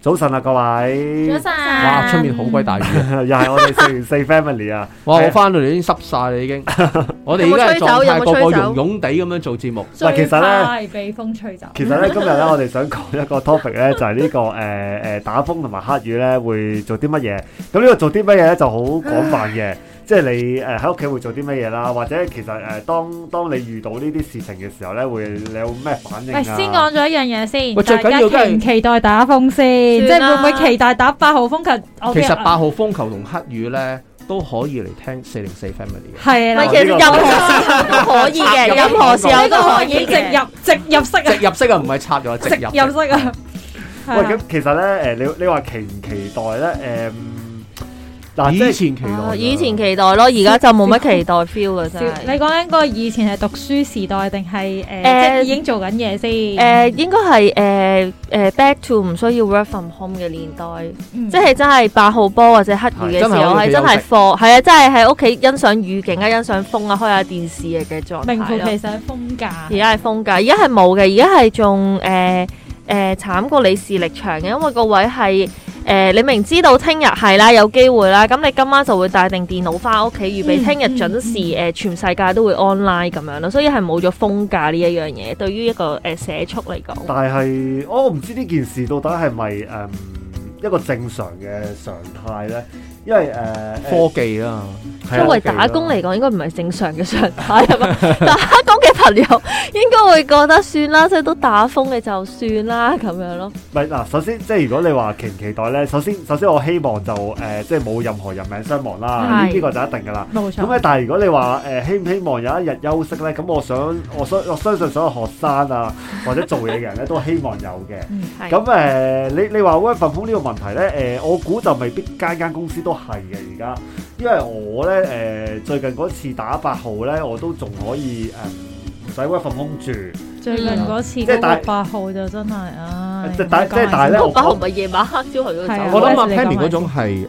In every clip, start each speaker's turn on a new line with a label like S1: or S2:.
S1: 早晨啊，各位，
S2: 早晨
S3: 哇！出面好鬼大雨 啊！
S1: 又係我哋四完四 family 啊，
S3: 哇！
S1: 係
S3: 我
S1: 啊
S3: 翻到嚟已經濕晒啦， 已經。我哋而家嘅狀態個個融融地咁樣做節目，
S1: 嗱其實咧
S2: 快被風吹走。
S1: 其實咧，今日咧，我哋想講一個 topic 咧，就係呢、個誒誒、呃呃打風同埋黑雨咧，會做啲乜嘢？咁呢個做啲乜嘢咧，就好廣泛嘅。 即係你誒喺屋企會做啲乜嘢啦，或者其實誒、呃、當當你遇到呢啲事情嘅時候咧，會你有咩反應
S2: 喂，
S1: 啊？
S2: 先講咗一樣嘢先，
S3: 喂最緊要
S2: 大家期唔期待打風先？即
S4: 算
S2: 係
S4: 啦
S2: 會唔會期待打八號風球？我
S3: 其
S2: 嘅
S3: 實
S4: 啊
S3: 八號風球同黑雨咧都可以嚟聽四零四 family 嘅。
S2: 係啦，
S4: 唔係，其實任何時候都可以嘅，任何時候
S2: 呢
S4: 都
S2: 個
S4: 可
S2: 可以
S4: 以
S2: 直入
S4: 嘅。
S2: 直入式 啊，
S3: 直入式啊，唔係插入啊，直
S2: 直
S3: 入式。
S2: 入式啊。係
S1: 喂，
S2: 啦
S1: 咁其實咧誒、
S2: 啊
S1: 呃你你話期唔期待咧？誒、嗯嗱，
S3: 以
S1: 即係
S3: 前期待，
S4: 啊以前期待咯，而家就冇乜期待 feel 啦，真
S2: 你
S4: 係。
S2: 講緊嗰個以前係讀書時代定係誒，即
S4: 誒
S2: 係已經做緊嘢先？
S4: 誒應該係誒誒 back to 唔需要 work from home 嘅年代，
S2: 嗯
S4: 即係真係八號波或者黑雨嘅時候，係真係放，係啊，真係喺屋企欣賞雨景啊，欣賞風啊，開下電視嘅嘅狀
S2: 名副
S4: 態咯
S2: 其實係風架
S4: 而。家係封㗎，而家係冇嘅，而家係仲誒誒慘過你視力長嘅，因為個位係誒、呃你明知道聽日係啦，有機會啦，咁你今晚就會帶定電腦翻屋企，預備聽日準時誒、呃全世界都會 online 咁樣咯，所以係冇咗封價呢一樣嘢，對於一個誒、呃、社畜嚟講，
S1: 但係哦我唔知呢件事到底係咪誒一個正常嘅常態咧？因為誒、呃、
S3: 科技啊啦，
S1: 科
S4: 作為打工嚟講應該唔係正常嘅常態係嘛？ 打工嘅朋友應該會覺得算啦，即係都打風嘅就算啦咁樣咯。
S1: 唔係嗱，首先即係如果你話期唔期待咧，首先首先我希望就誒、呃即係冇任何人命傷亡啦，呢
S4: 係
S1: 呢個就一定㗎啦。
S2: 冇
S1: 咁
S2: 錯，
S1: 咧，但係如果你話誒、呃希唔希望有一日休息咧，咁我想我相我相信所有學生啊或者做嘢嘅人咧都希望有嘅。
S4: 係
S1: 咁誒、呃你你話 work from home 呢個問題咧，誒、我估就未必間間公司都係嘅而家，因為我咧誒、呃最近嗰次打八號咧，我都仲可以誒唔使 work from home 住，
S2: 最近嗰次
S1: 即係
S2: 嗰
S1: 但
S2: 個八號就真係唉。
S1: 即係但
S2: 你
S1: 即
S2: 講
S1: 係
S2: 埋
S1: 但係咧
S2: 先
S1: 我
S4: 八號啊唔係夜晚黑朝頭早
S2: 係啊
S4: 走。
S3: 我諗阿
S2: Wesley 講
S3: Pammy
S2: 埋
S3: 嗰種係誒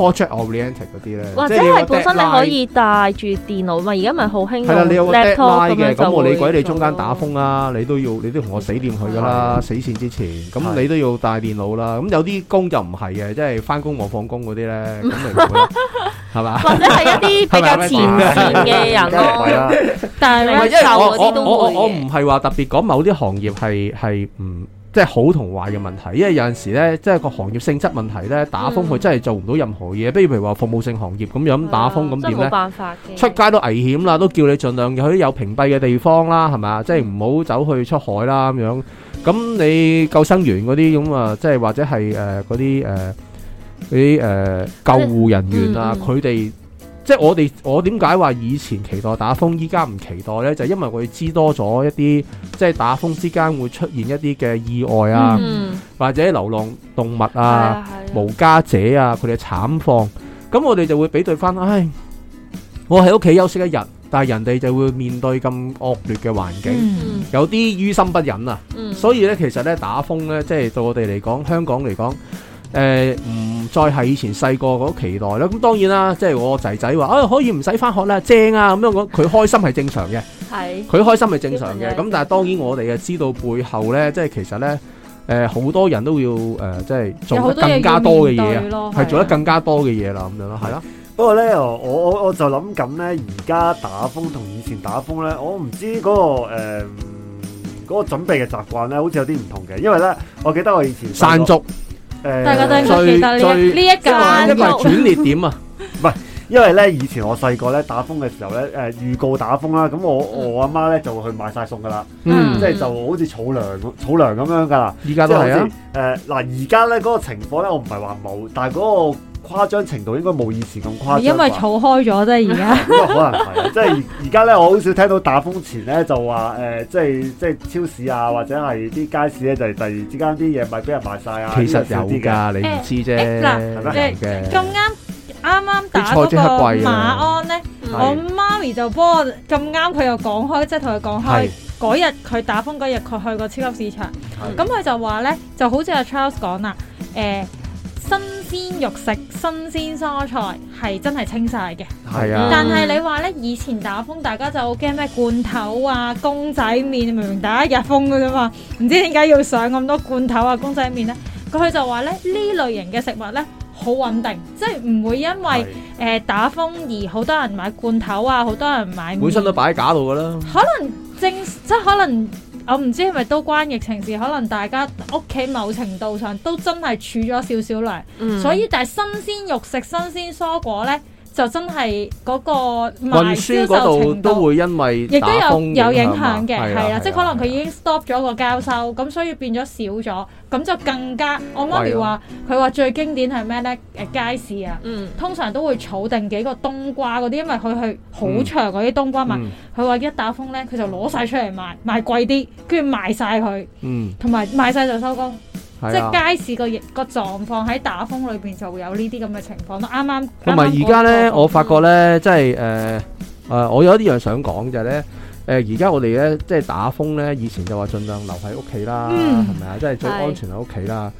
S3: project oriented 嗰啲咧，
S4: 或者
S3: 即係你有個
S4: 係本身你
S3: deadline
S4: 可以帶住電腦嘛，而家咪好興
S3: 係啦，你有
S4: 用
S3: 個
S4: laptop
S3: deadline
S4: 咁
S3: 嘅，
S4: 樣
S3: 咁
S4: 就
S3: 我
S4: 會
S3: 理鬼你中間打風啦，你都要你都同我死掂佢噶啦，死線之前，咁
S1: 係
S3: 你都要帶電腦啦。咁有啲工就唔係嘅，即係翻工我放工嗰啲咧，咁咪唔會啦，係嘛？
S4: 做咯，或者係一啲比較前線嘅 人
S1: 唔係
S4: 咯。
S1: 啦，
S2: 但係
S3: 唔係
S4: 係
S3: 因為我
S4: 瘦嗰
S3: 我
S4: 啲都
S3: 我我
S4: 會嘅
S3: 我唔係話特別講某啲行業係係唔即係好同壞嘅問題，因為有陣時咧，即係個行業性質問題咧，打風佢真係做唔到任何嘢。比如譬如話服務性行業咁樣打風咁
S4: 真係
S3: 點
S4: 冇啊
S3: 咧？
S4: 辦法嘅。
S3: 出街都危險啦，都叫你盡量去啲有屏蔽嘅地方啦，係咪啊？即係唔好走去出海啦咁樣。咁你救生員嗰啲咁啊，即係或者係誒嗰啲誒嗰啲誒救護人員啊
S4: 嗯，嗯
S3: 佢哋、即係我哋我點解話以前期待打風，依家唔期待呢？就係因為我哋知多咗一啲，即係打風之間會出現一啲嘅意外啊，
S2: 嗯
S4: 嗯，
S3: 或者流浪動物
S4: 係
S3: 啊。
S4: 啊係啊。
S3: 無家者啊，佢哋嘅慘況，咁我哋就會比對翻，唉，我喺屋企休息一日，但係人哋就會面對咁惡劣嘅環境，
S2: 嗯
S4: 嗯
S3: 有啲於心不忍啊。
S4: 嗯，
S3: 所以咧，其實咧打風咧，即係對我哋嚟講，香港嚟講。誒唔、再係以前細個嗰期待啦，咁當然啦，即係我仔仔話啊可以唔使翻學啦，正啊咁樣講，佢開心係正常嘅。
S4: 係
S3: 佢開心係正常嘅，
S4: 小朋友
S3: 咁但係當然我哋啊知道背後呢，即係其實呢，誒好多人都要誒、即係
S2: 有好
S3: 做得
S2: 多嘢
S3: 更加
S2: 要
S3: 多嘅
S2: 面
S3: 嘢啊
S2: 對，咯
S3: 係做得
S2: 啊
S3: 更加多嘅嘢啦，咁樣咯，係啦，
S1: 不過咧，我我我就諗緊咧，而家打風同以前打風咧，我唔知嗰、個誒嗰、個準備嘅習慣咧，好似有啲唔同嘅，因為咧，我記得我以前細
S3: 山
S1: 個
S3: 竹，
S1: 誒，
S2: 大家都應該
S3: 最
S2: 記得呢
S3: 最
S2: 一呢一
S3: 因為因
S2: 間
S3: 為
S4: 竹
S3: 轉捩點啊，
S1: 因為咧以前我細個咧打風嘅時候咧，誒、預告打風啦，咁我我阿媽咧就會去買晒餸噶啦，
S3: 嗯
S1: 即，係就好似儲糧咁儲糧咁樣噶啦。
S3: 依家都係啊，
S1: 誒嗱，而家咧嗰個情況咧，我唔係話冇，但係嗰個誇張程度應該冇以前咁誇張啩。
S2: 因
S3: 啊
S2: 為儲開咗啫，而 家
S1: 咁啊可能係，即係而而家咧，我好少聽到打風前咧就話誒、即係即係超市啊，或者係啲街市咧，就係突然之間啲嘢咪俾人賣晒啊，
S3: 其實
S1: 呢樣少
S3: 有
S1: 啲嘅。
S3: 㗎，你唔知啫，
S2: 誒嗱
S3: 有
S1: 係
S3: 嘅，
S2: 咁啱啱啱打
S3: 啲菜
S2: 嗰
S3: 即
S2: 個
S3: 刻貴
S2: 馬
S3: 啊
S2: 鞍咧，
S4: 嗯
S1: 係
S2: 我媽咪就幫我咁啱，佢又講開，即係同佢講
S3: 係
S2: 開嗰日佢打風嗰日，佢去過超級市場，
S1: 係
S2: 咁佢就話咧，就好似阿 Charles 講啦，誒新鮮肉食、新鮮蔬菜係真係清晒嘅。
S3: 係啊，
S2: 但係你話咧，以前打風大家就好驚咩罐頭啊、公仔麵，明明打一日風嘅啫嘛，唔知點解要上咁多罐頭啊、公仔麵咧？佢就話咧呢類型嘅食物咧好穩定，即係唔會因為誒、打風而好多人買罐頭啊，好多人買麵
S3: 本身都擺喺架度噶啦。
S2: 可能正即係可能我唔知係咪都關疫情事，可能大家屋企某程度上都真係儲咗少少糧，
S4: 嗯
S2: 所以但係新鮮肉食、新鮮蔬果咧就真係嗰個
S3: 運
S2: 賣銷
S3: 輸嗰
S2: 售
S3: 度
S2: 程
S3: 都
S2: 度。
S3: 會因為
S2: 亦都
S3: 打
S2: 有
S3: 風
S2: 有影
S3: 響啊
S2: 響嘅，係啦，即係可能佢已
S3: 經
S2: 經 stop 咗個交收，咁所以變咗少咗，咁就更加。我媽咪
S3: 貴咯
S2: 話佢話最經典係咩咧？誒街市啊，
S4: 嗯
S2: 通常都會儲定幾個冬瓜嗰啲，因為佢係
S3: 嗯
S2: 好長嗰啲冬瓜嘛。佢話一打風咧，佢就攞晒出嚟賣，賣貴啲，跟住賣晒佢，
S3: 嗯，
S2: 同埋賣晒就收工。
S3: 係
S2: 即
S3: 啊。
S2: 係街市個疫個狀況喺打風裏邊就會有呢啲咁嘅情況咯。啱啱
S3: 同埋而
S2: 啱啱
S3: 家咧，
S2: 嗰
S3: 我發覺咧，即係誒誒，我有一樣想講就係咧，誒而家我哋咧即係打風咧，以前就話盡量留喺屋企啦，
S2: 嗯
S3: 係咪啊？即係最
S4: 係
S3: 安全喺屋企啦。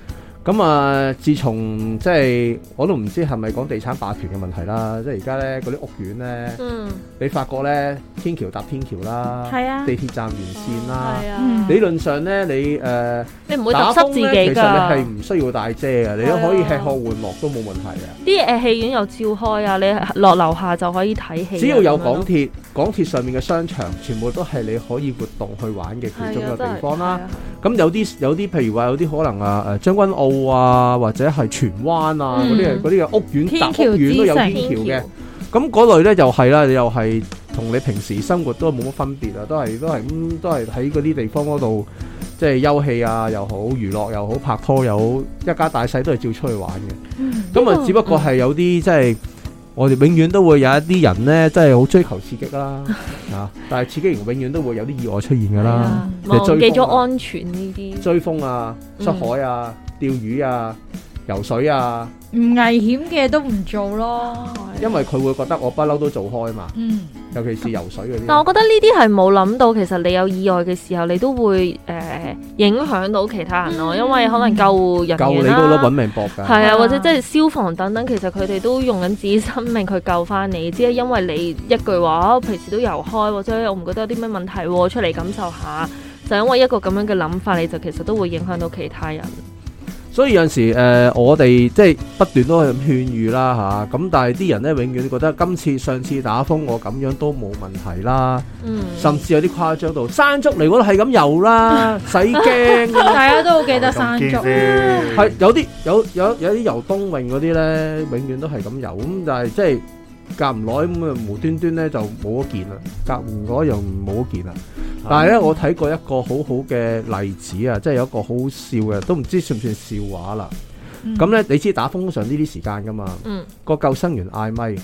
S3: 咁啊，自從即係我都唔知係咪講地產霸權嘅問題啦，即係而家咧嗰啲屋苑咧，
S4: 嗯，
S3: 你發覺咧天橋搭天橋啦，
S2: 係啊
S3: 地鐵站沿線啦，
S4: 係啊
S2: 嗯，
S3: 理論上咧你誒。呃
S4: 你唔會
S3: 打
S4: 揼
S3: 風
S4: 濕
S3: 呢
S4: 自己
S3: 其實你係
S4: 㗎。
S3: 唔需要帶遮嘅，你都可以吃喝玩樂都冇問題嘅。
S4: 啲誒戲院又照開啊，你落樓下就可以睇戲啊。
S3: 只要有
S4: 咁樣咯
S3: 港鐵，港鐵上面嘅商場全部都係你可以活動去玩嘅
S4: 啊
S3: 其中一個地方啦。。咁有啲有啲譬如話有啲可能啊誒將軍澳啊，或者係荃灣啊嗰
S4: 嗯
S3: 啲係嗰啲嘅屋苑
S2: 天
S3: 搭
S2: 橋
S3: 屋苑都有
S2: 之城
S3: 天橋嘅。咁嗰類咧又係啦，你又係同你平時生活都冇乜分別啦，啊都係都係咁，都係喺嗰啲地方嗰度，即係休憩啊又好，娛樂又好，拍拖又好，一家大細都係照出去玩嘅。咁啊、
S4: 嗯
S3: 只不過係有啲即係我哋永遠都會有一啲人咧，真係好追求刺激 啦，啊！但係刺激完永遠都會有啲意外出現㗎
S4: 係
S3: 啦，
S4: 啊
S3: 你
S4: 忘
S3: 追
S4: 記
S3: 風
S4: 咗
S3: 啊
S4: 安全呢啲。
S3: 追風啊、出
S4: 嗯
S3: 海啊、釣魚啊、游水啊，
S2: 唔危險嘅都唔做
S4: 哦
S2: 咯。
S4: 啊
S3: 因為佢會覺得我不嬲都做開嘛，
S2: 嗯，
S3: 尤其是游水嗰啲。
S4: 但我覺得呢啲係冇諗到，其實你有意外嘅時候，你都會誒、呃影響到其他人咯，
S2: 嗯
S4: 因為可能救護人
S3: 夠你
S4: 員
S3: 都攞揾
S4: 啦，
S3: 命搏㗎。
S4: 係
S2: 啊
S4: 啊，或者即係消防等等，其實佢哋都用緊自己生命去救翻你，只係因為你一句話，啊平時都游開，或者我唔覺得有啲咩問題喎，出嚟感受下，就因為一個咁樣嘅諗法，你就其實都會影響到其他人。
S3: 所以有陣時誒、呃我哋即係不斷都係咁勸喻啦吓，咁、但係啲人咧永遠覺得今次上次打風我咁樣都冇問題啦，
S4: 嗯，
S3: 甚至有啲誇張到山竹嚟我都係咁游啦， 使驚 㗎啦。
S2: 大家都好記得山竹，
S3: 係有啲有有有啲游冬泳嗰啲咧，永遠都係咁游，咁但係即係隔唔耐咁啊，無端端咧就冇一件啦，隔唔耐又冇一件啦。但係咧，我睇過一個好好嘅例子啊，即係有一個好好笑嘅，都唔知算唔算笑話啦。
S2: 嗯
S3: 咁咧，你知打風上呢啲時間噶嘛？
S4: 嗯，呢
S3: 個救生員嗌咪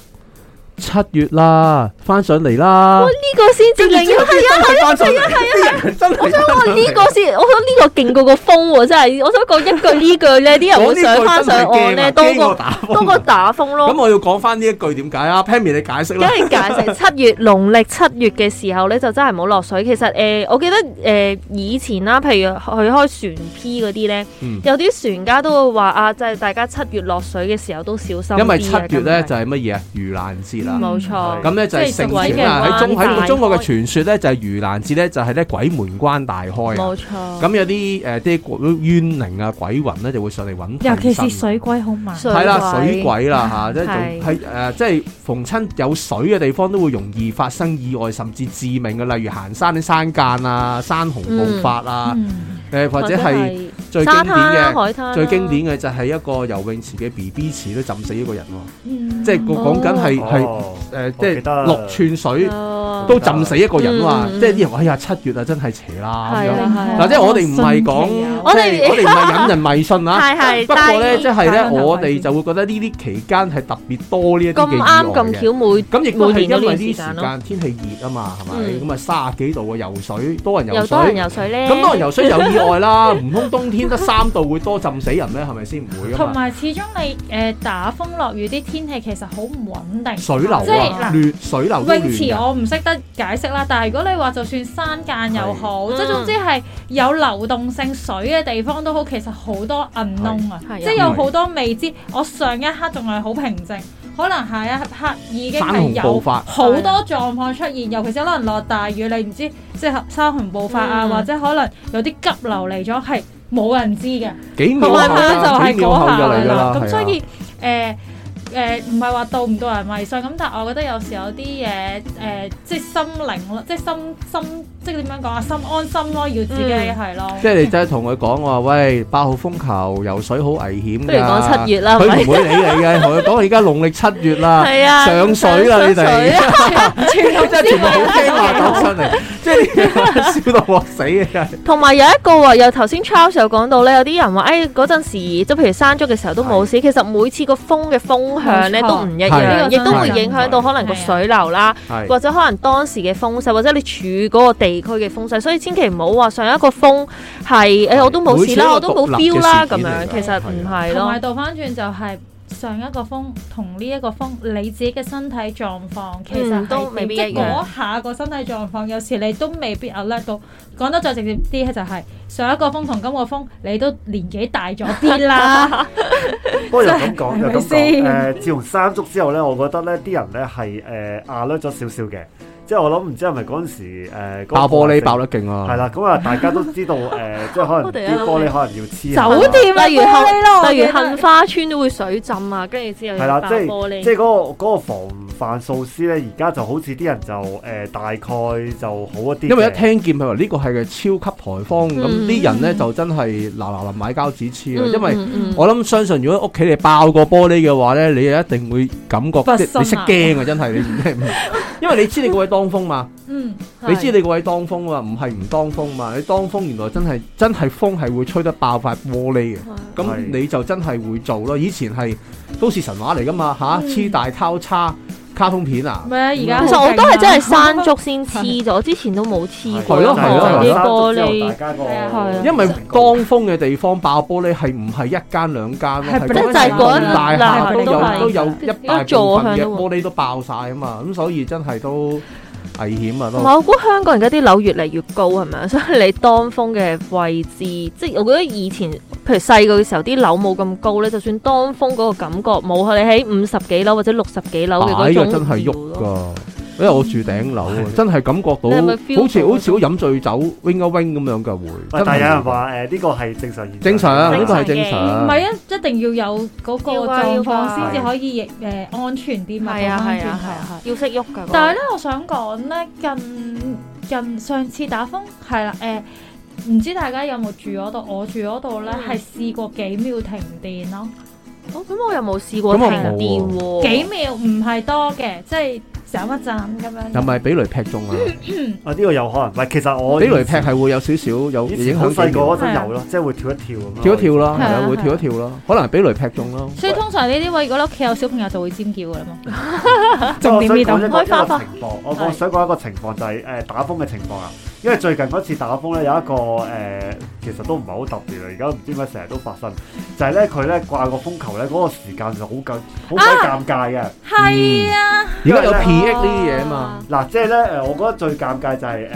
S3: 七月啦，翻上嚟啦。
S4: 個先至令
S3: 係啊係啊係啊係啊！啲人真係
S4: 我
S3: 翻
S4: 想
S3: 上
S4: 呢
S3: 嚟
S4: 個 先，我想呢個勁過個風喎，真係。我想講一句呢句咧，啲人
S3: 我
S4: 會想翻
S3: 呢
S4: 上
S3: 個
S4: 岸
S3: 真係驚啊
S4: 咧，多
S3: 驚過
S4: 過
S3: 打風啊
S4: 多過打風 咯
S3: 咁。我要講翻呢一句點解啊？Pammy 你解釋
S4: 梗
S3: 啦。
S4: 係哦解釋七月農曆七月嘅時候咧，就真係唔好落水。其實誒、呃我記得誒、呃以前啦，譬如去開船 P 嗰啲咧，
S3: 嗯
S4: 有啲船家都會話啊，就係、大家七月落水嘅時候都小心啲啊。
S3: 因為七月
S4: 咁
S3: 咧
S4: 樣
S3: 就係乜嘢啊？盂蘭節啦。
S4: 冇錯，
S3: 咁咧就係
S2: 即係
S3: 盛
S2: 俗話
S3: 傳啊，
S4: 嘅
S3: 喺
S4: 關
S3: 中
S4: 大
S3: 喺中國嘅
S4: 開
S3: 傳說咧就係盂蘭節咧就係咧鬼門關大開啊。
S4: 冇錯。
S3: 咁有啲誒啲冤靈啊鬼魂咧就會上嚟揾
S2: 尤其
S3: 替
S2: 是
S3: 身
S2: 水龜好猛。
S4: 水
S3: 係啦，
S4: 鬼
S3: 水鬼啦嚇，即係
S4: 係
S3: 仲係誒，即係逢親有水嘅地方都會容易發生意外，甚至致命嘅，例如行山啲山澗啊、山洪暴發啊，
S2: 嗯
S3: 誒或者係最經
S4: 沙
S3: 典
S4: 灘啦、
S3: 嘅
S4: 海灘啦
S3: 最經典嘅就係一個游泳池嘅 B B 池都浸死一個人喎，
S2: 嗯
S3: 即係個講緊係係
S1: 哦
S3: 誒，即
S1: 我記
S3: 係
S1: 得
S3: 六寸水
S4: 啊
S3: 都浸死一個人啊嘛，
S4: 嗯嗯
S3: 即係啲人話哎呀七月啊真係邪啦咁
S4: 係
S3: 樣
S4: 啊。
S2: 嗯
S3: 嗱，即係我哋唔係講，
S2: 啊
S4: 我
S3: 即
S4: 哋
S3: 係我哋唔係引人迷信 啦。
S4: 係係，
S3: 不
S4: 但
S3: 過咧，
S4: 係
S3: 即係
S2: 戴
S3: 咧，
S2: 眼頭
S3: 我
S2: 盔
S3: 哋
S2: 先
S3: 就會覺得呢啲期間係特別多呢一啲嘅
S4: 咁
S3: 意
S4: 啱
S3: 外
S4: 咁
S3: 嘅。
S4: 巧每
S3: 咁亦都係
S4: 每年都
S3: 因
S4: 呢
S3: 為呢
S4: 啲
S3: 時
S4: 時間
S3: 間
S4: 咯
S3: 天氣熱啊嘛，係咪？
S4: 嗯
S3: 咁啊三十幾度嘅游水，多人游
S4: 又
S3: 水，
S4: 多人游水咧，
S3: 咁多人游水有意外啦。 唔通冬天得三度會多浸死人咩？係咪先唔會噶
S2: 同
S3: 嘛？
S2: 埋始終你誒打風落雨啲天氣其實好唔穩定。
S3: 水流
S2: 即係
S3: 啊，
S2: 嗱
S3: 亂水流都
S2: 泳池
S3: 亂㗎。
S2: 我唔識得解釋啦，但係如果你話就算山間又好，
S4: 係
S2: 即係總之係有流動性水嘅地方都好，其實好多銀窿啊
S4: 係係，啊
S2: 即係有好多未知。我上一刻仲係好平靜，可能下一刻已經
S3: 山
S2: 係
S3: 洪暴
S2: 有
S3: 發，
S2: 好多狀況出現，尤其是可能落大雨，你唔知即係山洪暴發啊，
S4: 嗯
S2: 或者可能有啲急流嚟咗，係冇人知嘅。
S3: 幾秒
S2: 同埋
S3: 後
S2: 佢就
S3: 啦，幾
S2: 係
S3: 秒後
S2: 嗰
S3: 就
S2: 下
S3: 嚟㗎啦，係
S2: 咁
S3: 啊
S2: 所以誒誒唔係話道唔道人迷信咁，但係我覺得有時有啲嘢誒，即係心靈咯，即係心心即係點樣講啊，心安心咯，要自己
S4: 嗯
S2: 係咯。
S3: 即係你真係同佢講話，喂，八號風球游水好危險㗎
S4: 不如講七月啦，係
S3: 佢
S4: 咪？
S3: 唔會理你嘅， 同佢講而家農曆七月啦，
S4: 係啊，
S3: 上水啦你哋。
S2: 全部
S3: 真 係全部好驚話講出嚟，即係笑到我死嘅。
S4: 同埋有一個話，有頭先 Charles 有講到咧，有啲人話誒嗰陣時，即係譬如山竹嘅時候都冇事，其實每次個風嘅風向咧
S2: 冇錯
S4: 都唔一
S3: 係
S4: 樣，
S2: 啊
S4: 亦都會影響到可能個水流啦，
S3: 係
S4: 或者可能當時嘅風勢，或者你處嗰個地區嘅風勢，所以千祈唔好話上一個風係哎誒我都冇事啦，我都冇 feel 啦咁樣，其實唔係
S2: 同埋
S4: 咯，
S2: 倒翻轉就係上一個風同呢一個風，你自己嘅身體狀況其實係
S4: 嗯都
S2: 點
S4: 未必
S2: 即
S4: 一
S2: 係
S4: 樣
S2: 嗰下個身體狀況，有時你都未必 alert 到。講得再直接啲就係、上一個風同今個風，你都年紀大咗啲 啦，
S1: 不過又咁講，
S2: 真係
S1: 又咁
S2: 係咪
S1: 講。
S2: 先
S1: 誒，自從山竹之後咧，我覺得咧啲人咧係誒壓略咗少少嘅，即係我諗唔知係咪嗰陣時誒嗰個
S3: 爆玻璃爆
S1: 係
S3: 得勁啊！
S1: 係，啦，咁啊大家都知道 誒，即係可能
S4: 我哋
S1: 啲
S4: 一路
S1: 玻璃可能要黐下
S2: 酒店啊
S4: 例如
S2: 玻璃咯，
S4: 例如
S2: 我記得
S4: 杏花村都會水浸啊，跟住之後
S1: 係
S4: 又
S1: 啦，
S4: 爆
S1: 即
S4: 玻
S1: 係
S4: 璃
S1: 即係。嗰、個嗰個防範措施咧，而家就好似啲人就誒、呃大概就好一啲嘅，
S3: 因為一聽見佢話呢個係嘅超級颱風，咁啲人咧就真係嗱嗱臨買膠紙黐啊！因為
S4: 嗯嗯嗯
S3: 我諗相信，如果屋企你爆個玻璃嘅話咧，你一定會感覺
S2: 不
S3: 即係你識
S2: 信啊
S3: 驚啊！真係你 唔係唔，因為你知你個位當風嘛。
S2: 嗯
S3: 你知你個位當風啊嘛，唔係唔當風嘛？你當風原來真係真係風係會吹得爆塊玻璃嘅，咁
S1: 係
S3: 你就真係會做咯。以前係都市神話嚟噶嘛吓，
S2: 嗯
S3: 黐大交叉卡通片啊，
S2: 咩而家啊
S4: 其實我都係真啊係山竹先黐咗，之前都冇黐過。
S3: 係咯
S1: 就
S3: 係咯
S1: 就
S4: 啲
S1: 山竹
S4: 玻
S1: 之後大
S4: 璃
S1: 家個
S2: 係啊
S4: 係啊
S3: 因為當風嘅地方爆玻璃係唔係一間兩間咯，
S2: 係
S3: 係
S2: 本
S4: 身
S3: 成
S4: 就係嗰
S3: 棟
S4: 一
S3: 大
S4: 嗱
S3: 廈都
S4: 都
S3: 有
S4: 係
S3: 都有一大部分嘅玻璃都爆晒啊嘛，咁所以真係都危險啊
S4: 同
S3: 都。
S4: 埋我估香港而家啲樓越嚟越高係咪啊？所以你當風嘅位置，即係我覺得以前譬如細個嘅時候啲樓冇咁高咧，就算當風嗰個感覺冇你喺五十幾樓或者六十幾樓嘅嗰
S3: 擺嘅
S4: 種
S3: 真係喐
S4: feel 咯。
S3: 噶，因為我住頂樓啊，真係感覺
S4: 你
S3: 到
S4: 係咪 feel
S3: 好似
S4: 到
S3: 好似好飲醉酒 wing 一 wing 咁樣嘅會。
S1: 但係有
S3: 真係
S1: 人話誒呢個係正常現象
S3: 正常啊，
S4: 正
S3: 呢個
S4: 常
S3: 係正
S4: 嘅
S2: 唔
S3: 常。
S2: 係啊，一定要有嗰個
S4: 要啊
S2: 狀
S4: 要啊
S2: 況先至可以誒、安全啲嘛，
S4: 係啊
S2: 倒返
S4: 係
S2: 轉頭
S4: 啊係啊，要識喐㗎。
S2: 但係咧，我想講咧，近近上次打風係啦，誒、唔知大家有冇住嗰度？我住嗰度咧
S4: 嗯
S2: 係試過幾秒停電咯，
S4: 哦咁我又冇試過
S3: 咁我
S4: 停
S3: 冇
S4: 電喎。
S2: 幾秒唔係多嘅，即係斬一斬咁樣。
S3: 係咪俾雷劈 中啊？
S1: 啊呢個有可能，唔係其實我
S3: 俾雷劈
S1: 係
S3: 係會有少少有
S1: 以前
S3: 影
S1: 好
S3: 響
S1: 細個嗰
S3: 嘅，
S1: 陣有咯，即係會跳一跳咁樣
S3: 跳一跳啦，
S2: 係
S3: 係
S2: 啊
S3: 啊，會跳一跳啦，可能係俾雷劈中咯。
S2: 所以通常呢啲位，如果你屋企有小朋友就會尖叫噶啦嘛。
S1: 哦我想講一個
S2: 正面面
S1: 一個
S2: 開花花
S1: 情況，我
S2: 係
S1: 我想講一個情況就係、誒、打風嘅情況啊，因為最近嗰次打風咧有一個誒、其實都唔係好特別啊，而家唔知點解成日都發生，就係咧佢咧掛個風球咧嗰、個時間就好緊好鬼
S2: 啊
S1: 尷尬嘅。
S2: 係啊，
S3: 而家有 PX 呢啲嘢啊嘛，
S1: 嗱，即係咧誒，我覺得最尷尬就係誒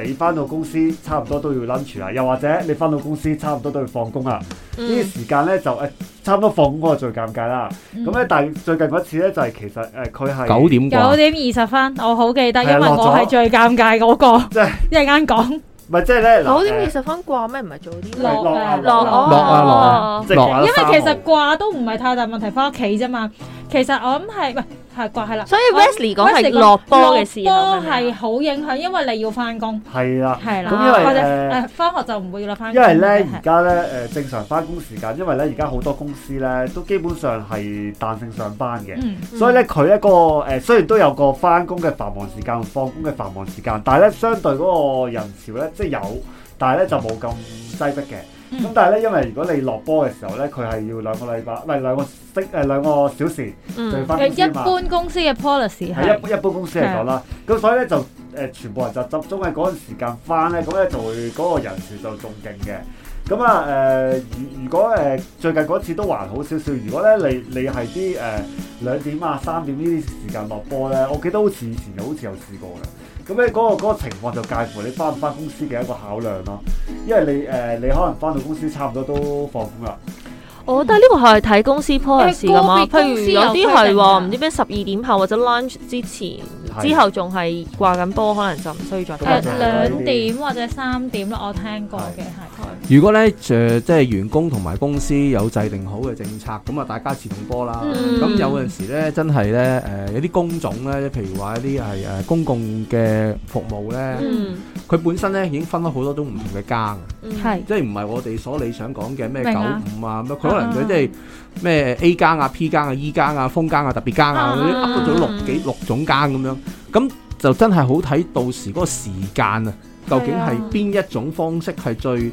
S1: 誒，你翻到公司差唔多都要 lunch 啦，又或者你翻到公司差唔多都要放工啦。呢啲、
S4: 嗯
S1: 時間咧就誒、差唔多放工嗰個最尷尬啦。
S2: 嗯
S1: 咁咧、但係最近嗰次咧就係、其實誒佢係
S3: 九點
S2: 九
S3: 啩，
S2: 點二十分，我好記得，
S1: 係
S2: 因
S1: 啊
S2: 為
S1: 落
S2: 我
S1: 咗
S2: 係最尷尬嗰個。
S1: 即係
S2: 一陣間講
S1: 唔係即係咧嗱
S4: 九點
S1: 誒
S4: 二十分掛咩？唔係早啲
S1: 落
S2: 落啊
S1: 落
S4: 落哦
S3: 落啊落啊
S1: 即係
S3: 落啊
S2: 因為
S1: 三號
S2: 其實掛都唔係太大問題，翻屋企啫嘛。其實我諗係喂係掛係啦，
S4: 所以
S2: 我
S4: Wesley 講係落波嘅時候
S2: 落波
S4: 係咪
S2: 係
S4: 啊，
S2: 好影響，因為你要翻工，
S1: 係啦，
S2: 係啦，
S1: 咁因為
S2: 或者
S1: 誒
S2: 誒翻學就唔會啦，翻
S1: 因
S2: 工
S1: 為咧而
S2: 係
S1: 家咧誒正常翻工時間，因為咧而家好多公司咧都基本上係彈性上班嘅。
S2: 嗯
S1: 所以咧，佢一個誒、雖然都有個翻工嘅繁忙時間、放工嘅繁忙時間，但係咧相對嗰個人潮咧，即係有，但係咧就冇咁擠迫嘅。咁、
S2: 嗯
S1: 但係咧，因為如果你落波嘅時候咧，佢係要兩個禮拜，唔係兩個星誒、兩個小時就要
S4: 嗯
S1: 翻
S2: 誒
S1: 公司
S2: 一
S1: 嘛。
S2: 般公司嘅 policy
S1: 係
S2: 係
S1: 一一般公司嚟講啦，咁所以咧就誒、全部人就集中喺嗰陣時間翻咧，咁咧就會嗰、個人潮就仲勁嘅。咁啊誒，如如果誒、最近嗰次都還好少少，如果咧你你係啲誒兩點啊三點呢啲時間落波咧，我記得好似以前好似有試過嘅。咁咧嗰個嗰個情況就介乎你翻唔翻公司嘅一個考量咯，因為你誒、呃你可能翻到公司差唔多都放工啦，
S4: 我覺得呢個係睇公司 policy 㗎嘛，
S2: 誒個別
S4: 譬
S2: 公
S4: 如
S2: 司
S4: 有
S2: 有
S4: 啲係話
S2: 規定㗎
S4: 唔知咩十二點後或者 lunch 之前，
S1: 係
S4: 之後仲係掛緊波，可能就唔需要再
S1: 咁啊
S4: 翻
S1: 就
S2: 誒
S1: 係
S4: 工。
S2: 兩點或者三點啦，我聽過嘅係。
S3: 如果咧誒、即係員工同埋公司有制定好嘅政策，咁啊大家自動波啦。
S4: 嗯
S3: 咁、有陣時咧，真係咧誒有啲工種咧，譬如話一啲係誒公共嘅服務咧，
S4: 嗯
S3: 佢、本身咧已經分開好多種唔同嘅家嘅，
S4: 嗯
S2: 係
S3: 即係唔係我哋所理想講嘅咩九
S2: 明啊
S3: 五啊咁佢可能佢即係咩 A 間啊、P 間啊、E 間啊、風間啊、特別間啊，
S2: 啊
S3: 嗰啲噏咗六幾六種間咁樣，咁就真係好睇到時嗰個時間啊，究竟係邊一種方式係最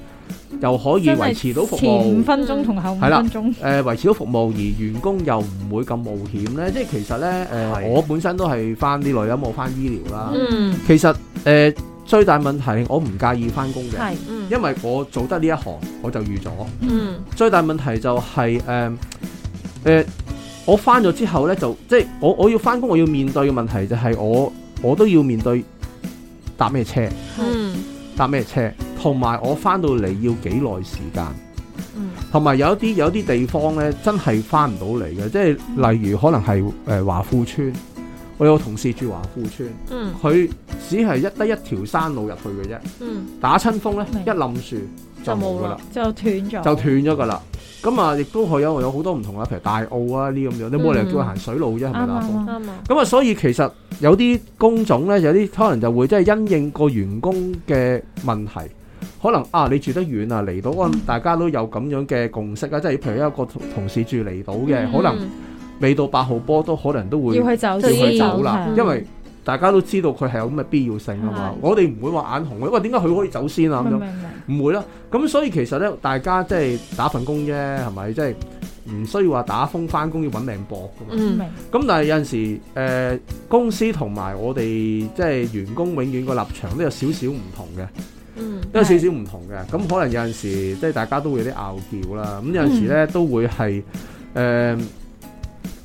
S3: 又可以維持到服
S2: 前五
S3: 務？
S2: 分鐘同後五
S3: 係啦
S2: 分鐘，
S3: 誒、維持到服務，而員工又唔會咁冒險呢？即係其實呢，誒、
S1: 係
S3: 我本身都係翻啲類音，我翻醫療
S1: 啊
S3: 啦。
S4: 嗯
S3: 其實誒、最大問題係我唔介意翻工嘅，
S2: 係
S4: 嗯
S3: 因為我做得呢一行我就預咗。
S4: 嗯
S3: 最大問題就係誒誒，我翻咗之後呢，就即係我我要翻工，我要面對嘅問題就係我我都要面對搭咩車，
S4: 嗯
S3: 搭咩車，同埋我翻到嚟要幾耐時間，
S4: 嗯
S3: 同埋有一啲有啲地方呢，真係翻唔到嚟嘅，即係例如可能係誒、呃、華富村，我有個同事住華富村，
S4: 嗯
S3: 佢只係一得一條山路入去嘅啫，
S4: 嗯
S3: 打親風呢，
S2: 明
S3: 一冧樹就冇
S4: 就冇
S3: 㗎啦
S4: 啦。
S2: 就斷咗，
S3: 就斷咗㗎啦。咁啊，亦都佢有有好多唔同啦，譬如大澳啊呢啲咁樣，你冇理由叫佢行水路啫，係咪
S2: 嗯啱
S3: 啦？
S2: 啱啱
S4: 啱啊
S3: 咁啊，所以其實有啲工種咧，有啲可能就會即係因應個員工嘅問題，可能啊你住得遠啊，嚟到啊
S2: 嗯，
S3: 大家都有咁樣嘅共識啊，即係譬如一個同同事住離島嘅，
S2: 嗯
S3: 可能未到八號波都可能都會
S2: 要去走
S4: 就
S3: 要
S4: 要
S3: 佢
S2: 先
S3: 走啦
S2: 係啊，
S3: 因為大家都知道佢係有咁嘅必要性啊嘛
S2: 係。
S3: 我哋唔會話眼紅嘅，喂點解佢可以走先啊咁樣
S2: 嗯明？明明。
S3: 唔會啦。咁所以其實咧，大家即係打份工啫，係咪？即係唔需要話打風翻工要揾命搏噶嘛。
S4: 嗯
S2: 明
S3: 咁但係有陣時，誒、公司同埋我哋即係員工永遠個立場都有少少唔同嘅，
S4: 嗯
S3: 都有少少唔同嘅。咁可能有陣時即係大家都會有啲拗撬啦。咁有陣時咧都會係誒、呃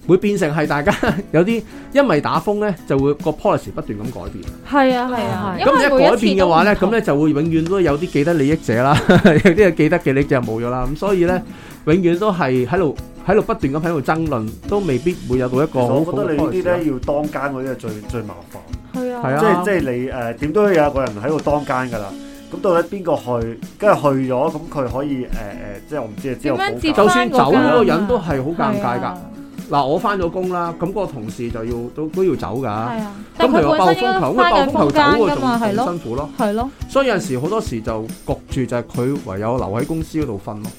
S3: 會變成係大家 有啲因為打風咧就會個 policy 不斷咁改變。
S2: 係啊係啊，因
S3: 咁一
S2: 為
S3: 改
S2: 每次
S3: 變
S2: 都
S3: 嘅
S2: 唔
S3: 話咧，咁
S2: 同
S3: 咧就會永遠都有啲既得利益者啦，有啲係既得嘅利益者冇咗啦。咁所以咧，永遠都係喺度喺度不斷咁喺度爭論，都未必會有到一
S1: 其
S3: 個
S1: 實
S3: 好
S1: 我
S3: 好
S1: 覺得
S3: 嘅
S1: 你呢啲
S3: policy 啦
S1: 咧要當間嗰啲係最最麻煩。
S2: 係啊，
S3: 係啊
S1: 即係即係你誒點、都有一個人喺度當間㗎啦。咁到底邊個去？跟住去咗，咁佢可以誒誒、即係我唔知之後
S2: 點樣接
S3: 就
S1: 補
S2: 觸
S1: 價
S3: 算走嗰個人都係好
S2: 好
S3: 尷尬㗎。嗱，我翻咗工啦，咁嗰個同事就要都都要走㗎。
S2: 係啊，
S3: 咁
S2: 但佢
S3: 佢話爆
S2: 本身應
S3: 風
S2: 該
S3: 球，
S2: 翻緊
S3: 咁爆風
S2: 風
S3: 球走
S2: 間
S3: 喎，
S2: 㗎嘛，係
S3: 仲
S2: 咯
S3: 仲辛苦咯。
S2: 係咯，
S3: 所以有陣時好多時就焗住，就係佢唯有留喺公司嗰度瞓咯，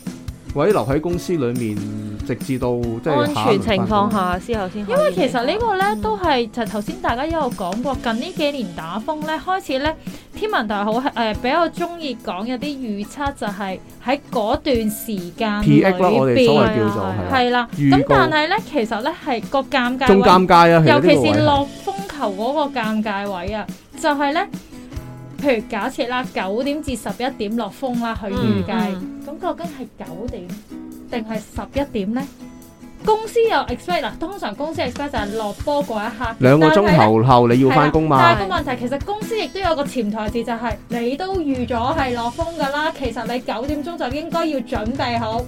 S3: 或者留喺公司裡面，直至到即係
S4: 安
S3: 下一輪
S4: 全情
S3: 返工
S4: 況下之後先可以，
S2: 因為其實呢個咧都係就頭先大家一路講過，近呢幾年打風咧開始咧，天文台好誒比較中意講有啲預測，就係喺嗰段時間
S3: P.X. 啦，我
S2: 裏
S3: 哋所
S2: 邊
S3: 謂叫做
S4: 係啊
S3: 係啊。
S2: 係啦。
S3: 預
S2: 咁
S3: 告
S2: 但係咧，其實咧係個尷尬
S3: 中
S2: 位
S3: 尷尬啊，
S2: 尤其
S3: 呢
S2: 是
S3: 個位
S2: 落風球嗰個尷尬位啊，就係、咧，譬如假設啦，九點至十一點落風啦，去預
S3: 嗯
S2: 計，咁、究竟係九點定係十一點咧？公司有 expect 嗱，通常公司 expect 就係落波嗰一刻，
S3: 兩個鐘頭後你要翻工
S2: 但
S3: 嘛，
S2: 係個問題其實公司亦都有個潛台詞，就係、你都預咗係落風㗎啦，其實你九點鐘就應該要準備好，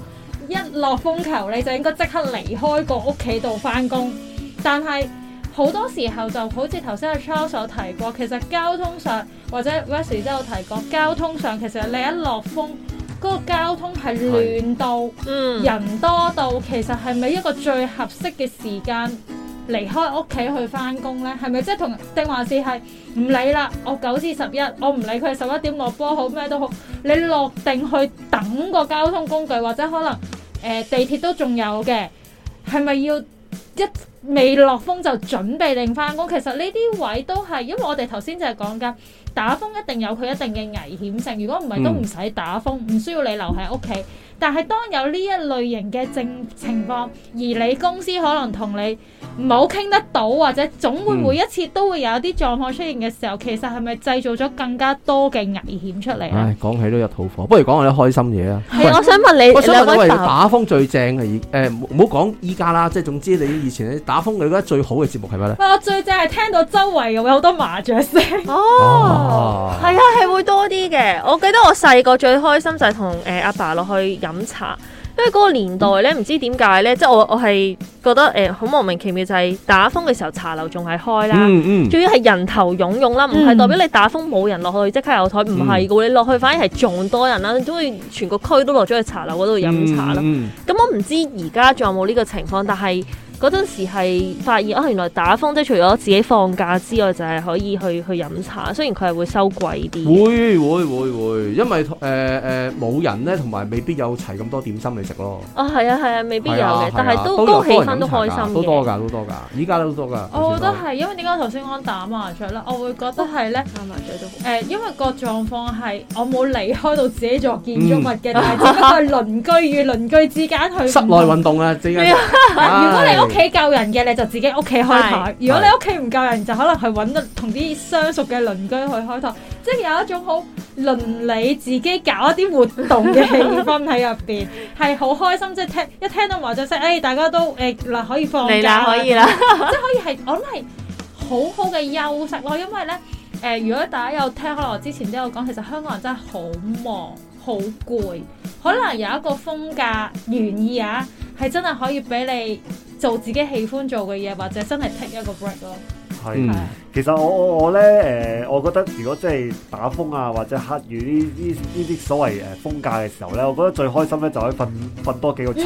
S2: 一落風球你就應該即刻離開個屋企度翻工。但係好多時候就好似頭先阿 Charles 有提過，其實交通上或者 Wesley 都有提過，交通上其實你一落風，嗰、個交通係亂到。
S4: 嗯
S2: 人多到其實係咪一個最合適嘅時間離開屋企去翻工呢？係咪即係同定還是係唔理啦？我九至十一，我唔理佢十一點落波好咩都好，你落定去等個交通工具或者可能誒、呃地鐵都仲有嘅，係咪要一未落風就準備定翻工？其實呢啲位都係因為我哋頭先就係講緊。打風一定有佢一定嘅危險性，如果唔係都唔使打風，唔、需要你留喺屋企。但係當有呢一類型嘅正情況，而你公司可能同你唔好傾得到，或者總會
S3: 嗯
S2: 每一次都會有啲狀況出現嘅時候，其實係咪製造咗更加多嘅危險出嚟咧？
S3: 唉，講起都一肚火，不如講下啲開心嘢啊。
S4: 係我想問你，
S3: 我想
S4: 兩
S3: 問
S4: 位
S3: 喂，
S4: 爸
S3: 打風最正嘅，誒唔唔好講依家啦，即係總之你以前你打風，你覺得最好嘅節目係咩咧？
S2: 喂，我最正係聽到周圍有好多麻雀聲，
S4: 哦，係啊，係會多啲嘅。我記得我細個最開心就係同誒阿爸落去飲茶，因為嗰個年代咧，唔知點解咧，即係我我係覺得誒好、莫名其妙，就係打風嘅時候茶樓仲係開啦。
S3: 嗯嗯，
S4: 仲要係人頭湧湧啦，唔係
S2: 嗯
S4: 代表你打風冇人落去即刻有台，唔係噶，你落去反而係仲多人啦，都會全個區都落咗去茶樓嗰度飲茶啦。
S3: 嗯，
S4: 咁、我唔知而家仲有冇呢個情況，但係嗰陣時係發現啊，原來打風即係除咗自己放假之外，就係可以去去飲茶，雖然佢係會收貴啲
S3: 嗯
S4: 嘅。
S3: 會會會會，因為誒誒冇人咧，同埋未必有齊咁多點心你食咯。
S4: 哦，係啊，係啊，未必有
S3: 係啊
S4: 嘅，但
S3: 係啊
S4: 係都
S3: 有
S4: 嗰個氣
S3: 多人
S4: 氛
S3: 飲
S4: 都開
S3: 茶㗎
S4: 心
S3: 都多
S4: 嘅。哦
S3: 㗎，都多㗎，依家都多㗎。
S2: 我覺得係，因為點解我頭先講打麻雀啦，我會覺得係咧，誒、
S4: 啱埋嘴都好
S2: 因為個狀況係我冇離開到自己座建築物嘅，但係只不過係鄰居與鄰居之間去
S3: 嗯室內運動啊，正係。
S2: 如果你
S3: 唉
S2: 屋企夠人嘅，你就自己屋企開台；如果你屋企唔夠人，就可能去揾得同啲相熟嘅鄰居去開台，即係有一種好鄰里自己搞一啲活動嘅氣氛喺入邊，係好開心。即係聽一聽到麻雀聲，誒、哎大家都誒嗱、可以放
S4: 嚟
S2: 假啊
S4: 啦，可以啦。
S2: 所以係我諗係好好嘅休息咯，因為咧誒、呃如果大家有聽可能我之前都有講，其實香港人真係好忙、好攰，可能有一個風假願意啊，係真係可以俾你做自己喜歡做嘅嘢，或者真係 take 一個 break 咯。
S1: 係。
S3: 嗯
S2: 係啊
S1: 其實我我我咧誒，我覺得如果即係打風啊，或者黑雨呢呢呢啲所謂誒風假嘅時候咧，我覺得最開心咧就可以瞓瞓多幾個鐘，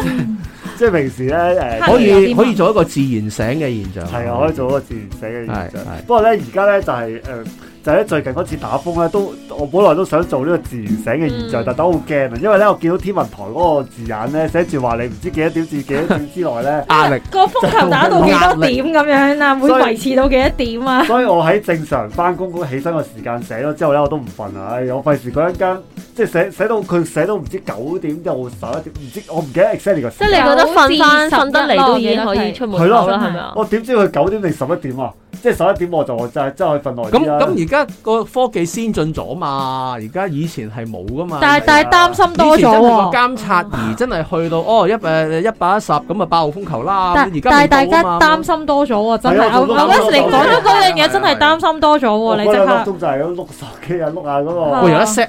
S2: 嗯，
S1: 即係平時咧誒
S2: 係
S3: 可
S2: 有
S3: 以
S2: 啲
S3: 可以做一個自然醒嘅現象。
S1: 係啊，可以做一個自然醒嘅現
S3: 係
S1: 象
S3: 係。，
S1: 不過咧，而家咧就係、誒、就係、咧最近嗰次打風咧，都我本來都想做呢個自然醒嘅現象，
S4: 嗯
S1: 但係都好驚啊，因為咧我見到天文台嗰個字眼咧寫住話你唔知幾多點至幾多點之內咧
S3: 壓力。
S2: 個風球打到幾多點咁樣啊？會
S1: 所以
S2: 維持到幾多點啊？
S1: 所以我喺正常翻工嗰起身嘅時間寫咗之後咧，我都唔瞓啊！唉，我費事嗰一間即係寫寫到佢寫到唔知九點就十一點，唔知我唔記得 exactly 個時
S4: 即係你
S1: 間。
S4: 覺得瞓
S2: 九
S4: 翻
S2: 至十一
S4: 瞓得嚟都已
S2: 咯
S4: 經可
S2: 我記
S4: 以
S2: 得係
S4: 出門口啦，
S2: 係咯
S4: 係咪啊？
S1: 我點知佢九點定十一點啊？即係十一點我就真係真係去瞓耐
S3: 咁
S1: 啲啦。
S3: 咁而家個科技先進咗嘛，而家以前係冇噶嘛。
S2: 但係但係擔心多
S3: 以前
S2: 咗
S3: 真係個
S2: 喎。
S3: 監察儀真係去到哦一誒一百一十咁啊爆風球啦，
S2: 但
S3: 咁而家
S2: 但係
S3: 未
S2: 大家
S3: 到啊嘛
S2: 擔心多咗喎，真係。
S1: 係啊我都
S2: 阿
S1: 擔心
S2: Wes 你講咗嗰樣
S3: 係啊
S2: 嘢，真係
S3: 係啊
S2: 擔心多咗
S1: 我
S4: 哦
S2: 喎，你
S1: 嗰
S2: 即
S1: 兩粒
S2: 刻
S1: 鐘。就係咁碌手機啊，碌下嗰個
S2: 啊。
S3: 喂，有得 set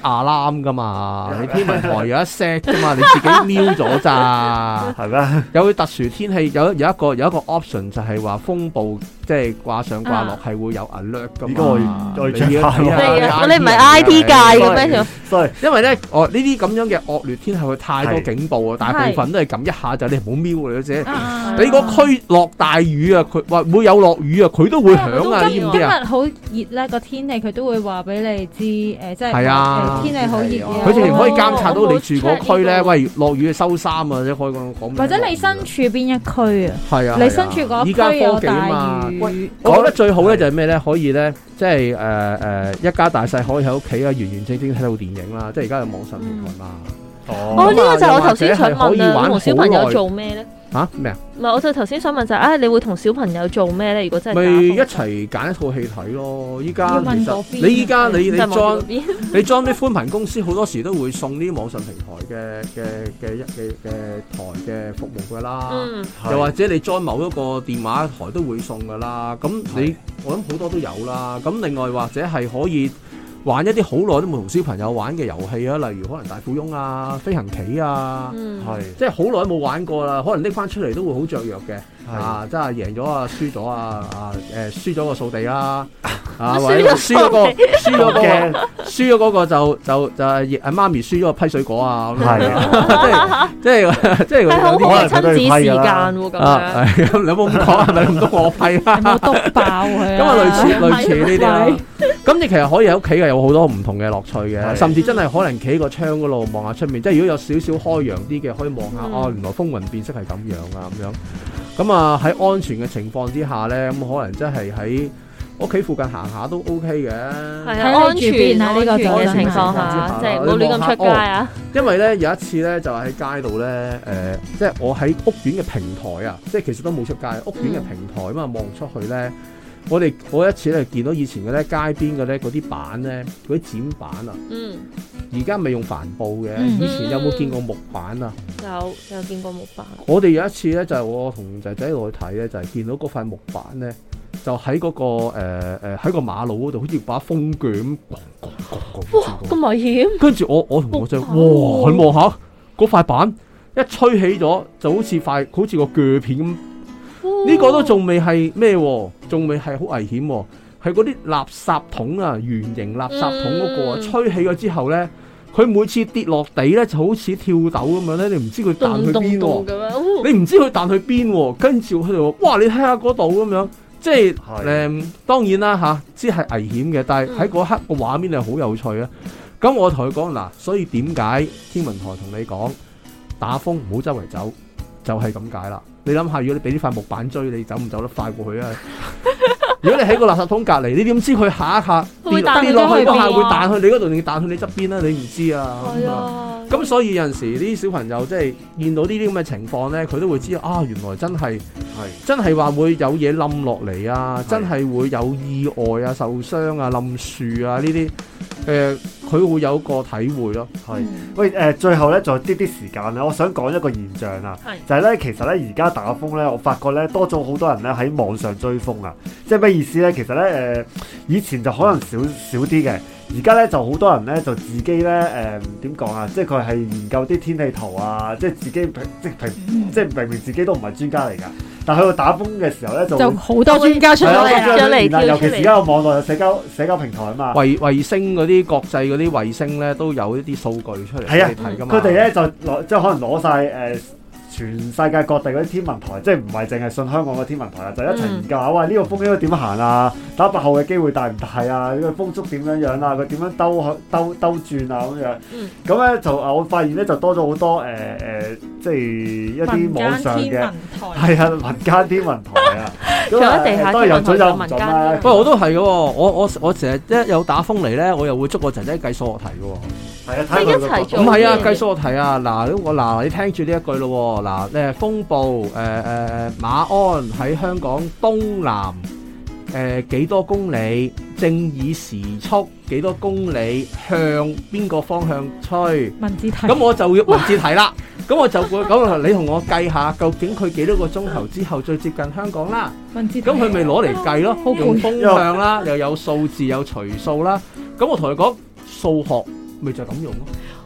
S3: alarm 噶嘛？你天文台有得 set 噶嘛？你自己瞄咗 咋？
S1: 係咩？
S3: 有特殊天氣，有有一個有一個 option 就係話風暴，即係掛上掛落係會有 alert 噶
S1: 呢個我
S3: 嘛。
S1: 我要
S3: 你
S1: check
S3: 要
S1: 下
S3: 睇下
S4: 你
S3: 你
S4: 啊，你唔係 I
S3: IT
S4: T 界嘅
S1: 係
S4: 咩？
S1: 所以
S3: 因為咧，我呢啲咁樣嘅惡劣天氣，佢太多
S1: 係
S3: 警報啊，大部分都係咁一下就你唔好瞄佢啫。
S2: 啊
S3: 你個區落大雨啊，佢話會有落雨啊，佢都會響啊，知
S2: 今
S3: 唔
S2: 今
S3: 知啊？
S2: 日好熱咧，個天氣佢都會話俾你知，誒，即係
S3: 係啊
S2: 誒天氣好熱嘅。哦
S3: 佢直情可以監察到
S4: 我
S3: 你
S4: 冇
S3: 住嗰
S4: check
S3: 區
S4: 呢
S3: 咧，
S4: 個
S3: 喂，落雨就收衫啊，即係可以講講。
S2: 或者你身處邊一區啊？
S3: 係啊，
S2: 你身處嗰
S3: 依家
S2: 區有
S3: 科技
S2: 大
S3: 啊嘛。
S2: 雨，
S3: 我覺得最好咧就係咩咧？可以咧，即係誒誒，一家大細可以喺屋企啊，完完整整睇到電影啦。即係而家有網上平台嘛。
S2: 嗯
S4: 哦，
S1: 哦
S4: 呢個就係我頭先想問啦，你同小朋友做咩咧？
S3: 嚇咩啊？
S4: 唔係，我就頭先想問就係，啊，你會同小朋友做咩咧？如果真
S3: 咪
S4: 係
S3: 一齊揀一套戲睇咯。依家
S2: 要問
S3: 其
S2: 嗰
S3: 實
S2: 邊
S3: 你依家你你
S4: 打風啊真係望
S3: join
S4: 住嗰邊
S3: 你 join 啲寬頻公司好多時都會送啲網上平台嘅嘅嘅一嘅嘅台嘅服務噶啦。
S4: 嗯，
S3: 又或者你 join 某一個電話台都會送噶啦，咁你我諗好多都有啦。咁另外或者係可以玩一啲好耐都冇同小朋友玩嘅遊戲啊，例如可能大富翁啊、飛行棋啊，
S4: 嗯，
S1: 係
S3: 即係好耐都冇玩過啦，可能拎翻出嚟都會好雀躍嘅。
S1: 係
S3: 啊，真係贏咗啊，輸咗啊，啊誒輸咗個掃地 啦，啊
S4: 輸咗
S3: 或者輸咗個
S4: 掃地
S3: 輸 咗嗰個
S1: 驚
S3: 輸咗嗰個就就就係阿媽咪輸咗個批水果啊，咁樣
S1: 係啊
S3: 即係即係
S4: 係好好
S1: 可
S4: 嘅
S1: 能佢都要
S4: 親子
S1: 批
S4: 時
S1: 㗎
S4: 間
S1: 啦
S4: 喎，咁
S3: 啊，
S4: 樣。
S3: 係咁你有冇咁講啊？係咪咁多我批
S2: 有冇
S3: 啦？
S2: 篤爆佢
S3: 咁啊，類似類似呢啲啊啦
S2: 係。
S3: 咁你其實可以喺屋企嘅有好多唔同嘅樂趣嘅，
S1: 係
S3: 甚至真係可能企喺個窗嗰度望下出面，即係如果有少少開揚啲嘅，可以望下
S4: 嗯
S3: 哦，原來風雲變色係咁樣啊咁樣。咁啊喺安全嘅情況之下咧，咁可能真係喺屋企附近行下都 OK 嘅。
S4: 係
S2: 睇
S4: 啊，
S2: 你
S4: 安
S2: 住
S4: 全
S2: 邊啊呢個
S4: 安全
S2: 就
S4: 嘅情
S2: 真係
S4: 況下，即係唔啊
S3: 你
S4: 好亂
S3: 望
S4: 咁
S3: 下
S4: 出街啊！
S3: 因為咧有一次咧就喺街度咧，誒、即係我喺屋苑嘅平台啊，即係其實都冇出街，屋苑嘅平台啊嘛，望出去咧，我哋我有一次咧見到以前嘅咧街邊嘅咧嗰啲板咧，嗰啲剪板啊，
S4: 嗯，
S3: 而家咪用帆布嘅，
S2: 嗯
S3: 以前有冇見過木板啊？
S4: 有有見過木板，
S3: 我哋有一次咧就係、我同仔仔落去睇咧，就係、見到嗰塊木板咧。就喺嗰、個誒誒喺個馬路嗰度，好似把風鋸咁，咣咣咣咣
S4: 哇，咁危險！
S3: 跟住我我同我仔，
S4: 木
S3: 哇！
S4: 板
S3: 佢望下，嗰塊板一吹起咗，就好似塊好似個鋸片咁。呢個都仲未係咩喎，仲未係好危險喎，係嗰啲垃圾桶啊，圓形垃圾桶嗰個啊，
S4: 嗯
S3: 吹起咗之後呢，佢每次跌落地呢就好似跳豆咁樣呢，你唔知佢彈去邊喎，
S4: 樣，哦
S3: 你唔知佢彈去邊喎，跟住佢就話：哇！你睇下嗰度咁樣，即係誒、
S1: 係
S3: 當然啦吓，知係危險嘅，但係喺嗰刻個畫面係好有趣啊！咁我同佢講嗱，所以點解天文台同你講打風唔好周圍走，就係咁解啦。你諗下，如果你俾呢塊木板追你，走唔走得快過去啊？如果你喺個垃圾桶隔離，你點知佢下一下跌
S2: 會彈
S3: 跌落
S2: 咗
S3: 去
S2: 去
S3: 嗰下
S2: 邊
S3: 會
S2: 啊
S3: 彈去你嗰度定彈去你側邊咧？你唔知啊。
S2: 係
S3: 咁啊
S2: 啊，
S3: 咁所以有陣時啲小朋友即係見到呢啲咁嘅情況呢，佢都會知道啊，原來真係
S1: 係
S3: 真係話會有嘢冧落嚟啊，真係會有意外啊、受傷啊、冧樹啊呢啲，誒、呃佢會有個體會咯。
S1: 係。喂誒、最後咧，仲有啲啲時間咧，我想講一個現象啊，就係咧，其實咧而家打風咧，我發覺咧多咗好多人咧喺網上追風啊，即係咩意思咧？其實咧誒、以前就可能少少啲嘅，而家咧就好多人咧就自己咧誒點講啊，即係佢係研究啲天氣圖啊，即係自己平即係平即係明明自己都唔係專家嚟㗎，但係去到打風嘅時候咧就
S2: 就
S1: 會
S2: 好多專家出
S1: 係
S2: 咗
S1: 啊
S2: 嚟啦
S4: 出咗嚟
S1: 然後
S4: 跳
S1: 尤
S4: 出
S1: 其是
S4: 嚟
S1: 而家有網絡有社交社交平台啊嘛。
S3: 衛衛星嗰啲國際嗰啲衛星呢，都有一啲數據出嚟
S1: 係啊
S3: 俾你睇㗎嘛。
S1: 佢哋咧就攞即係可能攞晒誒全世界各地嗰啲天文台，即係唔係淨係信香港嘅天文台啦，啊就一齊
S4: 嗯
S1: 研究下，喂呢個風應該點行啊，打八號嘅機會大唔大啊？呢個風速點樣樣啊？佢點樣兜去兜兜轉啊咁樣
S4: 嗯？
S1: 咁咧就啊，我發現咧就多咗好多誒誒，即係一啲網上
S2: 民間天
S1: 嘅
S2: 文台，
S1: 係啊民間天文台啊，
S4: 仲有地下
S1: 當然有準
S4: 天文
S1: 有
S4: 台有
S1: 唔
S4: 民
S1: 準
S4: 間
S1: 啦
S4: 天文。
S3: 喂，我都係嘅喎，我我我成日一有打風嚟呢，我又會捉個仔仔計數學題嘅喎。
S1: 係啊，睇佢個
S4: 即係一齊
S1: 角
S4: 做
S1: 度
S3: 唔係啊，
S4: 嘢
S3: 計數學題啊！嗱，我嗱你聽住呢一句咯喎，嗱誒風暴誒誒誒馬鞍喺香港東南誒、幾多公里，正以時速幾多公里向邊個方向 吹？
S2: 文字題
S3: 咁我就要文字題啦。咁我就會咁你同我計下，究竟佢幾多個鐘頭之後最接近香港啦？
S2: 文字題
S3: 咁佢咪攞嚟計咯
S2: 好，攰
S3: 用風向啦，又有數字，有除數啦。咁我同佢講數學咪就係咁用咯。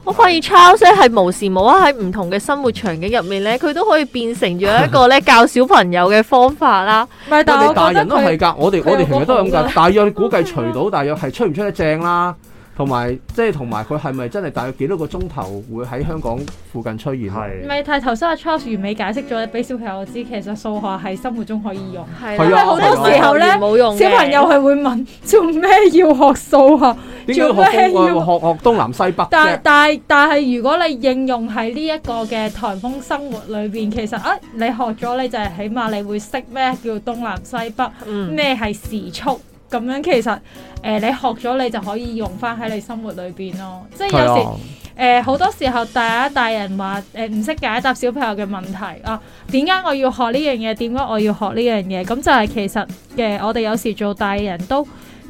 S4: 我發現 Charles 咧係無時無刻喺唔同嘅生活場景入面咧，佢都可以變成咗一個咧教小朋友嘅方法啦。
S2: 唔係，
S3: 我
S2: 但
S3: 哋
S2: 係
S3: 大
S2: 我覺
S3: 人
S2: 得
S3: 都係
S2: 佢
S3: 㗎，我哋
S2: 佢
S3: 我哋
S2: 有個
S3: 平日都係咁
S2: 好
S3: 㗎。
S2: 嘅
S3: 大約估計除到大約係出唔出得正啦，同埋即係同埋佢係咪真係大約幾多個鐘頭會喺香港附近出現？
S1: 係
S2: 唔係，但係頭先阿 Charles 完美解釋咗俾小朋友知，其實數學喺生活中可以用。
S4: 係
S3: 係啊
S4: 啦，
S3: 好多時
S2: 候呢
S4: 冇用嘅
S2: 小朋友係會問做咩要學數學，
S3: 點解學
S2: 做咩
S3: 風啊
S2: 要
S3: 學學東南西北
S2: 但
S3: 啫？
S2: 但但係如果你應用喺呢一個嘅颱風生活裏邊，其實啊，你學咗你就係起碼你會識咩叫東南西北，
S4: 嗯
S2: 咩係時速咁樣。其實誒、呃你學咗你就可以用翻喺你生活裏邊咯。即係有時。
S3: 啊，
S2: 誒好、多時候，大家大人話誒唔識解答小朋友嘅問題啊，點解我要學呢樣嘢？點解我要學呢樣嘢？咁就係其實嘅，我哋有時做大人都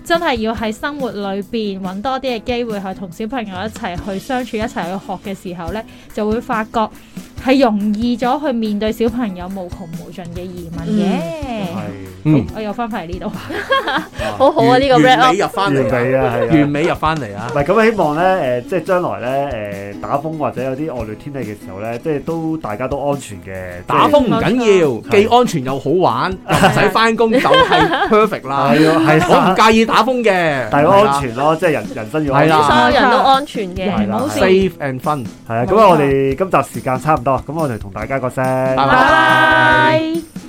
S2: 真係要喺生活裏邊揾多啲嘅機會去同小朋友一齊去相處，一齊去學嘅時候呢，就會發覺係容易咗去面對小朋友無窮無盡嘅疑問嘅。
S1: 係
S3: 嗯，
S2: 我又翻返嚟呢度，
S4: 好好啊呢個 wrap
S3: 完
S4: up
S3: 美入翻
S1: 完美
S3: 嚟啊，
S1: 哦啊，係啊。
S3: 完美入翻嚟啊
S1: 唔！係咁，希望咧誒、即係將來咧誒、打風或者有啲惡劣天氣嘅時候咧，即係都大家都安全嘅。
S3: 打風唔
S1: 冇錯
S3: 緊要，既安全又好玩，又唔使翻工就係 perfect 啦。
S1: 係 啊，係
S3: 我唔
S1: 啊，
S3: 介意打風嘅，
S1: 但係
S3: 係啦
S1: 安全咯，即係人人生要安
S3: 係
S1: 全。
S3: 啦
S4: 所有人都安全嘅。
S1: 係啦
S2: 冇事。
S3: ，safe and fun。
S1: 係啊，咁啊，我哋今集時間差唔多，咁我哋同大家講聲，拜
S3: 拜
S2: 拜拜。